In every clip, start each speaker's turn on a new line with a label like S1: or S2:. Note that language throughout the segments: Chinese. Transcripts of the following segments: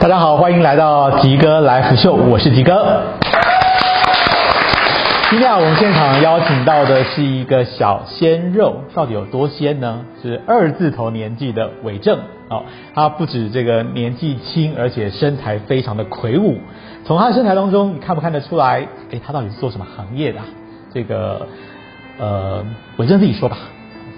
S1: 大家好，欢迎来到吉哥来福秀，我是吉哥。今天啊，我们现场邀请到的是一个小鲜肉，到底有多鲜呢？是二字头年纪的伟正哦，他不止这个年纪轻，而且身材非常的魁梧。从他身材当中，你看不看得出来？哎，他到底是做什么行业的啊、这个呃，伟正自己说吧。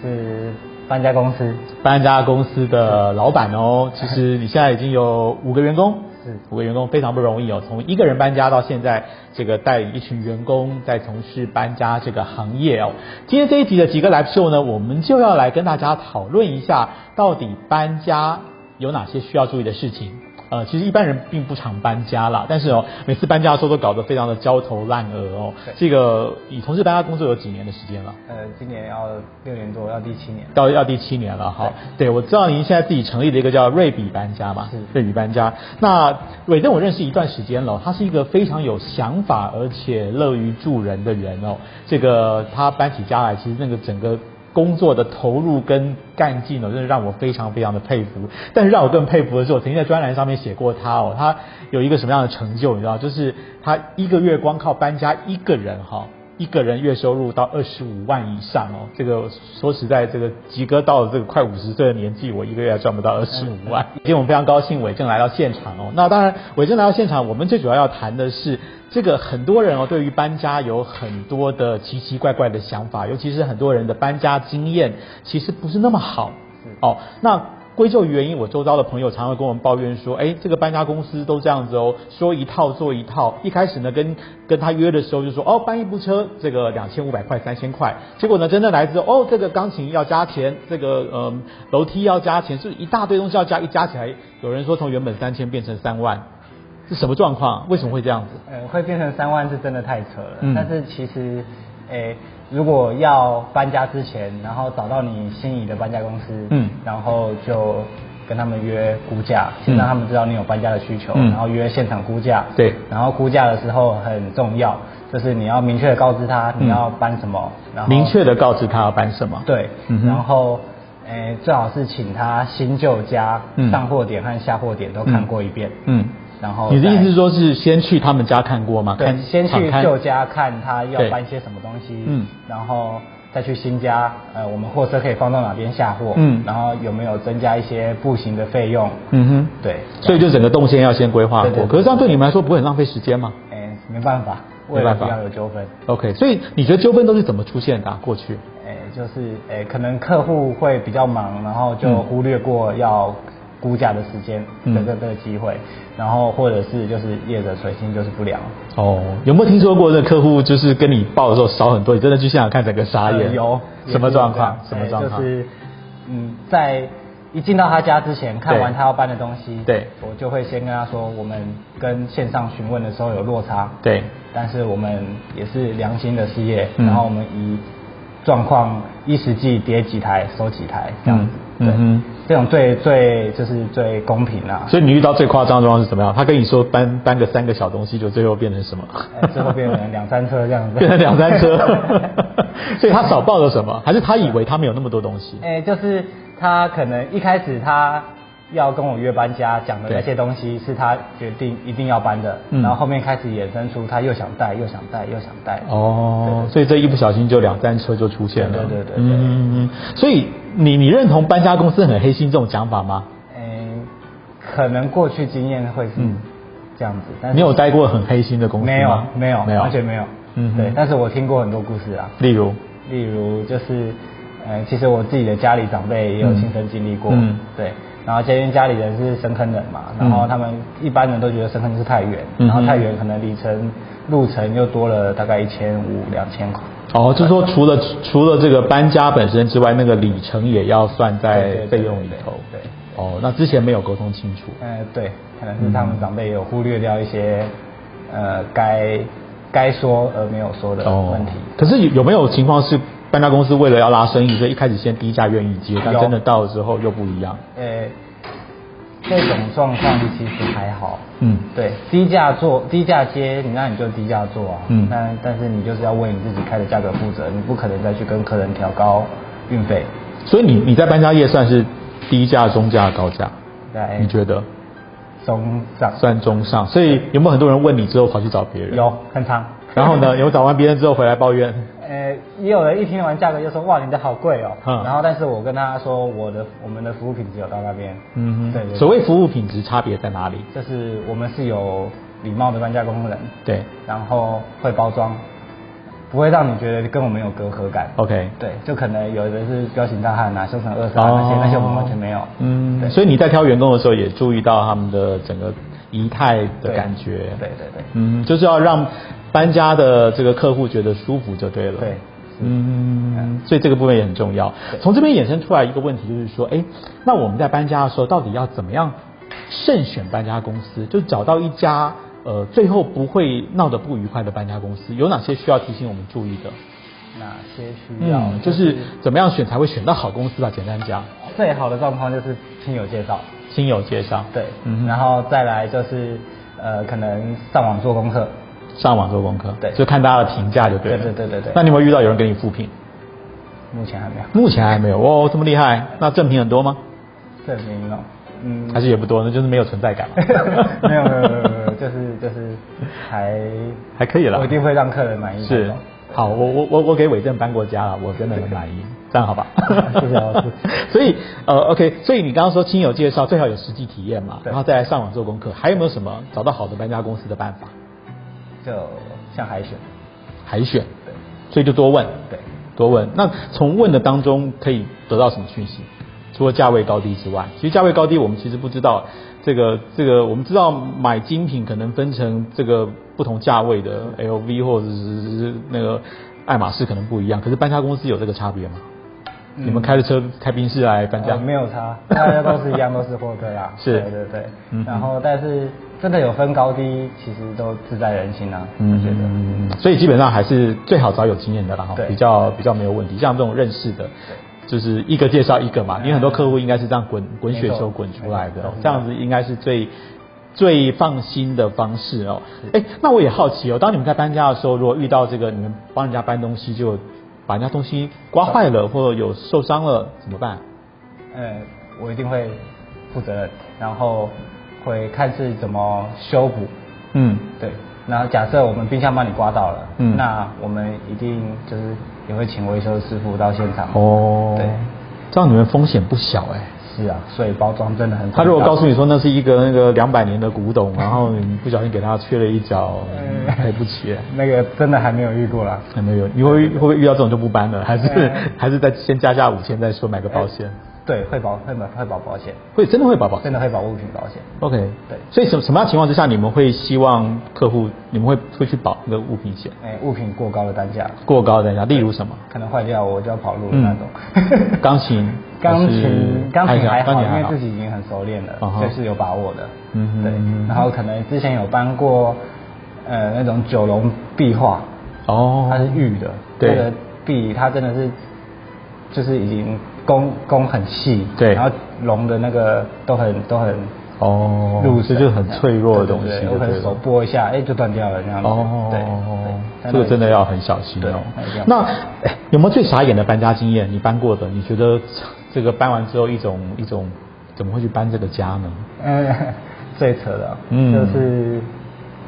S2: 是搬家公司，
S1: 搬家公司的老板 哦。其实你现在已经有五个员工
S2: 是，
S1: 五个员工非常不容易哦。从一个人搬家到现在，这个带领一群员工在从事搬家这个行业哦。今天这一集的几个 live show 呢，我们就要来跟大家讨论一下，到底搬家有哪些需要注意的事情。呃，其实一般人并不常搬家啦，但是哦，每次搬家的时候都搞得非常的焦头烂额哦
S2: 对。
S1: 这个你从事搬家工作有几年的时间了？
S2: 呃，今年要六年多，要第七年。
S1: 到要第七年了哈。对，我知道您现在自己成立了一个叫瑞比搬家嘛
S2: 是，
S1: 瑞比搬家。那伟正我认识一段时间了，他是一个非常有想法而且乐于助人的人哦。这个他搬起家来，其实那个整个。工作的投入跟干劲哦，真的让我非常非常的佩服。但是让我更佩服的是，我曾经在专栏上面写过他哦，他有一个什么样的成就，你知道？就是他一个月光靠搬家一个人哈、一个人月收入到二十五万以上哦，这个说实在，这个吉哥到了这个快五十岁的年纪，我一个月还赚不到二十五万。 今天我们非常高兴伟正来到现场哦。那当然，伟正来到现场，我们最主要要谈的是，这个很多人哦，对于搬家有很多的奇奇怪怪的想法，尤其是很多人的搬家经验其实不是那么好哦。那归咎于原因，我周遭的朋友常常会跟我们抱怨说，哎，这个搬家公司都这样子哦，说一套做一套。一开始呢，跟跟他约的时候就说，哦，搬一部车这个两千五百块、三千块，结果呢，真正来之后，哦，这个钢琴要加钱，这个呃楼梯要加钱，是一大堆东西要加，一加起来，有人说从原本三千变成三万，是什么状况？为什么会这样子？
S2: 呃，会变成三万是真的太扯了。
S1: 嗯
S2: 但是其实，诶、如果要搬家之前，然后找到你心仪的搬家公司，
S1: 嗯
S2: 然后就跟他们约估价，先
S1: 嗯
S2: 让他们知道你有搬家的需求，
S1: 嗯
S2: 然后约现场估价。
S1: 对
S2: 然后估价的时候很重要，就是你要明确的告知他你要搬什么，然后
S1: 嗯明确的告知他要搬什么。
S2: 对，
S1: 嗯哼
S2: 然后诶、最好是请他新旧家、
S1: 嗯
S2: 上货点和下货点都看过一遍。
S1: 嗯，
S2: 然后
S1: 你的意思
S2: 再
S1: 是说是先去他们家看过吗？
S2: 对
S1: 看，
S2: 先去
S1: 敞开
S2: 旧家看他要
S1: 对
S2: 搬些什么东西，
S1: 嗯
S2: 然后再去新家，呃，我们货车可以放到哪边下货，
S1: 嗯
S2: 然后有没有增加一些步行的费用，
S1: 嗯哼。
S2: 对，
S1: 所以就整个动线要先规划过。
S2: 对对对
S1: 可是这样对你们来说不会很浪费时间吗
S2: 哎，没办法，为
S1: 没
S2: 了
S1: 办法
S2: 不要有纠纷，
S1: ？OK，所以你觉得纠纷都是怎么出现的、啊？过去
S2: 哎，就是哎，可能客户会比较忙，然后就忽略过要。估价的时间
S1: 嗯
S2: 的这个机会，然后或者是就是业者水性就是不良，
S1: 哦，有没有听说过这客户就是跟你报的时候少很多？你真的去现场看整个傻眼？
S2: 呃有
S1: 什么状况
S2: 也？是
S1: 什
S2: 有
S1: 么
S2: 这样
S1: 状
S2: 哎
S1: 况？
S2: 就是嗯，在一进到他家之前，看完他要搬的东西，
S1: 对
S2: 我就会先跟他说，我们跟线上询问的时候有落差，，
S1: 对，
S2: 但是我们也是良心的事业，
S1: 嗯
S2: 然后我们以状况依实际叠几台收几台这样子，
S1: 嗯
S2: 对
S1: 嗯哼
S2: 这种最最就是最公平啊啦、
S1: 所以你遇到最夸张的状况是怎么样？他跟你说搬搬个三个小东西，就最后变成什么？
S2: 哎最后变成两三车这样子，
S1: 变成两三 车。 所以他少报了什么？还是他以为他们有那么多东西？
S2: 哎、就是他可能一开始他要跟我约搬家讲的那些东西是他决定一定要搬的，
S1: 嗯
S2: 然后后面开始衍生出他又想带又想带又想带。
S1: 哦，
S2: 对
S1: 所以这一不小心就两三车就出现了。
S2: 对对对对对
S1: 嗯嗯嗯。所以你你认同搬家公司很黑心这种讲法吗？
S2: 哎、可能过去经验会是
S1: 嗯
S2: 这样子，但是
S1: 你有待过很黑心的公司吗？
S2: 呃没有没有
S1: 没有，
S2: 完全没有。
S1: 嗯哼
S2: 对，但是我听过很多故事啊，
S1: 例如，
S2: 例如就是，呃，其实我自己的家里长辈也有
S1: 嗯
S2: 亲身经历过，
S1: 嗯
S2: 对。然后这边家里人是深坑人嘛，然后
S1: 嗯
S2: 他们一般人都觉得深坑就是太远，
S1: 嗯哼
S2: 然后太远可能里程路程又多了大概一千五两千块，
S1: 哦，就是说除了除了这个搬家本身之外，那个里程也要算
S2: 对
S1: 在
S2: 对对
S1: 费用里头。
S2: 对对
S1: 哦，那之前没有沟通清楚。
S2: 呃，对，可能是他们长辈有忽略掉一些，呃，该该说而没有说的
S1: 哦
S2: 问题。
S1: 可是有有没有情况是搬家公司为了要拉生意，所以一开始先低价愿意接，但
S2: 有
S1: 真的到了之后又不一样？
S2: 呃，这种状况其实还好。
S1: 嗯
S2: 对，低价做低价接，你那你就低价做啊。
S1: 嗯
S2: 那但是你就是要为你自己开的价格负责，你不可能再去跟客人调高运费。
S1: 所以你你在搬家业算是低价、中价、高价，
S2: 在
S1: 你觉得？
S2: 中上，
S1: 算中上。所以有没有很多人问你之后跑去找别人？
S2: 有很长。
S1: 然后呢，有 没有找完别人之后回来抱怨？
S2: 呃，也有人一听完价格就说哇，你的好贵哦。
S1: 嗯
S2: 然后，但是我跟他说我的我们的服务品质有到那边。
S1: 嗯
S2: 对对
S1: 哼。所谓服务品质差别在哪里？
S2: 就是我们是有礼貌的搬家工人，
S1: 对
S2: 然后会包装，不会让你觉得跟我们有隔阂感。
S1: ，OK。
S2: 对，就可能有的是彪形大汉啊，凶神恶煞啊那些，那些我们完全没有。对
S1: 哦嗯，所以你在挑员工的时候也注意到他们的整个仪态的
S2: 对
S1: 感觉。
S2: 对对对
S1: 嗯，就是要让搬家的这个客户觉得舒服就对了。
S2: 对
S1: 嗯，所以这个部分也很重要。从这边衍生出来一个问题，就是说，哎，那我们在搬家的时候，到底要怎么样慎选搬家公司？就找到一家呃，最后不会闹得不愉快的搬家公司，有哪些需要提醒我们注意的？
S2: 哪些需要？
S1: 嗯，就是怎么样选才会选到好公司吧？简单讲，
S2: 最好的状况就是亲友介绍，
S1: 亲友介绍。
S2: 对，
S1: 嗯哼，
S2: 然后再来就是呃，可能上网做功课，
S1: 上网做功课，
S2: 对
S1: 就看大家的评价就对了。
S2: 对对对对对
S1: 那你有没有遇到有人给你复评？
S2: 目前还没有
S1: 目前还没有哦，这么厉害。那正评很多吗？
S2: 嗯证明哦，嗯，
S1: 还是也不多，那就是没有存在感嘛。
S2: 没有没有没有没有，就是就是还
S1: 还可以啦
S2: 我一定会让客人满意那
S1: 是
S2: 种。。
S1: 好，我我我我给伟正搬过家了，我真的很满意，这样好吧？
S2: 谢谢老师。
S1: 所以呃，OK，所以你刚刚说亲友介绍最好有实际体验嘛，
S2: 对
S1: 然后再来上网做功课，还有没有什么找到好的搬家公司的办法？
S2: 就像海选，
S1: 海选，
S2: 对
S1: 所以就多问，
S2: 对，
S1: 多问。那从问的当中可以得到什么讯息？除了价位高低之外，其实价位高低我们其实不知道。这个这个，我们知道买精品可能分成这个不同价位的 LV 或者是那个爱马仕可能不一样，可是搬家公司有这个差别吗？
S2: 嗯
S1: 你们开着车开宾士来搬家？
S2: 呃没有 差，大家都是一样，都是货对啦。
S1: 是
S2: 对对对。
S1: 嗯
S2: 然后，但是真的有分高低，其实都自在人心啊。我觉得。
S1: 嗯，所以基本上还是最好找有经验的啦，哈
S2: 对
S1: 比较比较没有问题。像这种认识的，就是一个介绍一个嘛，因为很多客户应该是这样滚滚雪球滚出来的
S2: 没错，
S1: 这样子应该是最最放心的方式哦。哎，那我也好奇哦，当你们在搬家的时候，如果遇到这个你们帮人家搬东西，就把人家东西刮坏了或者有受伤了怎么办？
S2: 呃，我一定会负责任，然后会看是怎么修补。
S1: 嗯，
S2: 对。然后假设我们冰箱帮你刮到了，
S1: 嗯
S2: 那我们一定就是也会请维修师傅到现场。
S1: 哦，
S2: 对，
S1: 这样你们风险不小哎、
S2: 是啊，所以包装真的很重要。
S1: 他如果告诉你说那是一个那个两百年的古董，然后你不小心给他缺了一角，
S2: 嗯
S1: 赔不起。
S2: 那个真的还没有遇过啦。
S1: 还没有，你会会不会遇到这种就不搬了？还是、
S2: 嗯
S1: 还是再先加价五千再说买个保险？
S2: 哎对，会保会买会保保险，
S1: 会真的会保保
S2: 真的会保物品保险。
S1: ？OK，
S2: 对
S1: 所以什什么样情况之下你们会希望客户你们会会去保那个物品险
S2: 哎，物品过高的单价
S1: 过高的单价？例如什么？
S2: 可能坏掉，我就要跑路的那种。
S1: 嗯 钢琴
S2: 钢
S1: 还是
S2: 琴钢琴还
S1: 钢
S2: 好，
S1: 琴
S2: 因
S1: 还
S2: 为
S1: 好
S2: 自己已经很熟练了
S1: 啊哈，
S2: 就是有把握的。
S1: 嗯哼
S2: 对
S1: 嗯哼。
S2: 然后可能之前有搬过，呃，那种九龙壁画，
S1: 哦，
S2: 它是玉的，
S1: 对
S2: 那个壁它真的是就是已经工工很细，
S1: 对
S2: 然后龙的那个都很都很
S1: 哦
S2: 入
S1: 这
S2: 神，
S1: 就是很脆弱的东西
S2: 对对
S1: 就
S2: 对我可
S1: 对
S2: 能
S1: 了
S2: 手拨一下，哎，就断掉了这样子。对
S1: 哦，
S2: 对
S1: 这个真的要很小心
S2: 对
S1: 哦
S2: 那一定要。
S1: 那哎有没有最傻眼的搬家经验？你搬过的，你觉得这个搬完之后一种一种怎么会去搬这个家呢？
S2: 嗯， 最扯的，
S1: 嗯
S2: 就是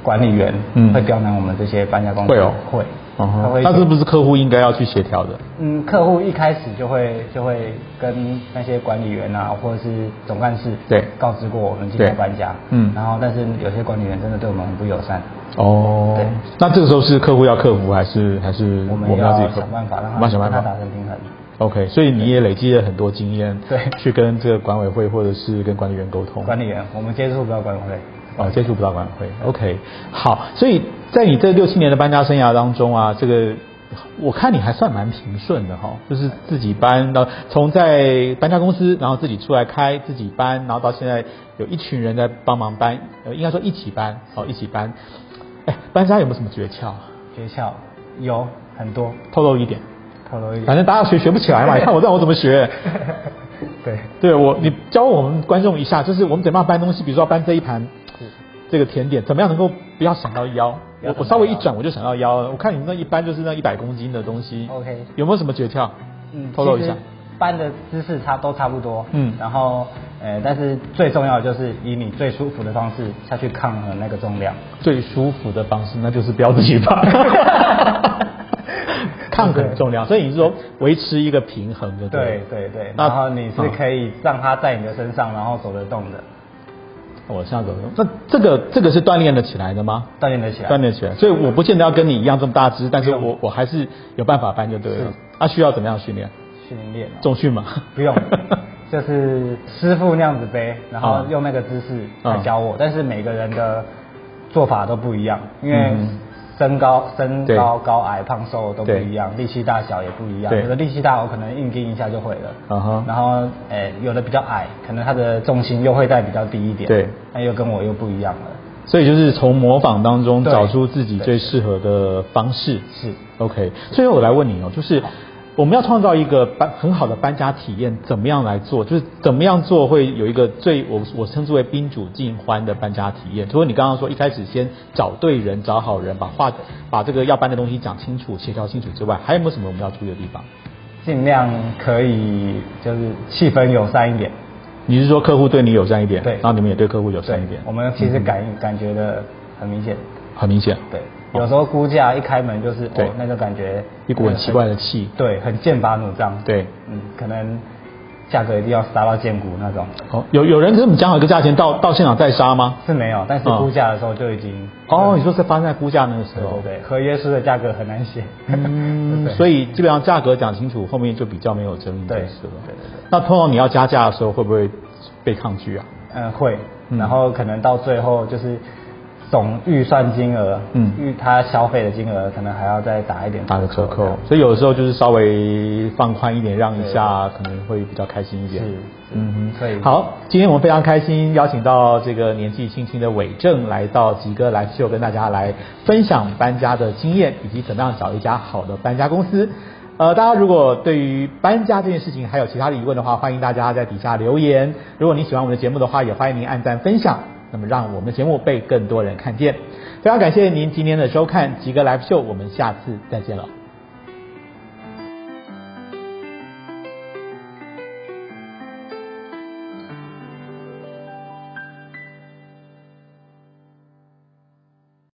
S2: 管理员
S1: 嗯
S2: 会刁难我们这些搬家公司，
S1: 会哦
S2: 会，
S1: 哦
S2: 他会，
S1: 那是不是客户应该要去协调的？
S2: 嗯，客户一开始就会就会跟那些管理员啊，或者是总干事
S1: 对
S2: 告知过我们今天
S1: 对
S2: 要搬家，
S1: 嗯
S2: 然后但是有些管理员真的对我们很不友善，
S1: 哦
S2: 对，
S1: 那这个时候是客户要克服，还是还是
S2: 我们
S1: 嗯我们要自己
S2: 要
S1: 克服？
S2: 想办法让
S1: 我们
S2: 他
S1: 要想办法
S2: 跟他达成平衡。
S1: OK，所以你也累积了很多经验，
S2: 对
S1: 去跟这个管委会或者是跟管理员沟通。
S2: 管理员，我们接触不到管委会，
S1: 哦，接触不到管委会。OK，好，所以在你这六七年的搬家生涯当中啊，这个我看你还算蛮平顺的哈、就是自己搬到从在搬家公司，然后自己出来开，自己搬，然后到现在有一群人在帮忙搬，呃，应该说一起搬，哦，一起搬。哎，搬家有没有什么诀窍啊？
S2: 诀窍有很多，
S1: 透露一点，
S2: 透露一点，
S1: 反正大家学学不起来嘛，你看我让我怎么学？
S2: 对，
S1: 对我，你教我们观众一下，就是我们怎么样搬东西，比如说要搬这一盘这个甜点，怎么样能够不要闪到腰？
S2: 不
S1: 我
S2: 要闪到腰
S1: 我稍微一转我就闪到腰了。我看你们那一般就是那一百公斤的东西
S2: OK
S1: 有没有什么诀窍？
S2: 嗯，
S1: 透露一下。，
S2: 搬的姿势差都差不多，
S1: 嗯
S2: 然后呃，但是最重要的就是以你最舒服的方式下去抗衡那个重量。
S1: 最舒服的方式那就是不 要自己爬， 抗衡重量。所以你是说维持一个平衡的，
S2: 对对对，然后你
S1: 嗯
S2: 是可以让它在你的身上，然后走得动的。
S1: 我下个，那这个这个是锻炼得起来的吗？
S2: 锻炼得起来，
S1: 锻炼起来。所以我不见得要跟你一样这么大只，但是我我还是有办法搬就对了。啊，需要怎么样训练？
S2: 训练、哦、
S1: 重训吗？
S2: 不用，就是师傅那样子背，然
S1: 啊
S2: 后用那个姿势来教我。嗯、但是每个人的做法都不一样，因为
S1: 嗯
S2: 身高、身高、高矮、胖瘦都不一样，力气大小也不一样。有的力气大，我可能硬盯一下就会了。
S1: 啊
S2: 嗯、然后，诶、欸，有的比较矮，可能他的重心又会在比较低一点。
S1: 对，
S2: 那又跟我又不一样了。
S1: 所以就是从模仿当中找出自己最适合的方式。
S2: 是
S1: ，OK。所以我来问你哦，就是。我们要创造一个搬很好的搬家体验，怎么样来做？就是怎么样做会有一个最我我称之为宾主尽欢的搬家体验。除了你刚刚说一开始先找对人、找好人，把话把这个要搬的东西讲清楚、协调清楚之外，还有没有什么我们要注意的地方？
S2: 尽量可以就是气氛友善一点。
S1: 你是说客户对你友善一点？
S2: 对，
S1: 然后你们也对客户友善一点。
S2: 我们其实感、嗯、感觉的很明显。
S1: 很明显。
S2: 对。有时候估价一开门就是哦，那个感觉
S1: 哦一股很奇怪的气，
S2: 对，很剑拔弩张，
S1: 对，
S2: 嗯，可能价格一定要杀到见骨那种。
S1: 哦，有有人跟我们讲好一个价钱，到到现场再杀吗？
S2: 是没有，但是估价的时候就已经。
S1: 哦，你说是发生在估价那个时候？
S2: 对，合约书的价格很难写。
S1: 哦 嗯，所以基本上价格讲清楚，后面就比较没有争议
S2: 对
S1: 了。
S2: 对对对。
S1: 那通常你要加价的时候，会不会被抗拒啊？
S2: 嗯，会。然后可能到最后就是。总预算金额，嗯，预他消费的金额可能还要再打一点
S1: 打个折扣，所以有的时候就是稍微放宽一点，让一下可能会比较开心一点。
S2: 是，嗯，可以。
S1: 好，今天我们非常开心邀请到这个年纪轻轻的伟正来到吉哥来秀，跟大家来分享搬家的经验，以及怎么样找一家好的搬家公司。呃，大家如果对于搬家这件事情还有其他的疑问的话，欢迎大家在底下留言。如果你喜欢我们的节目的话，也欢迎您按赞分享。那么，让我们的节目被更多人看见。非常感谢您今天的收看《吉格 Live Show》，我们下次再见了。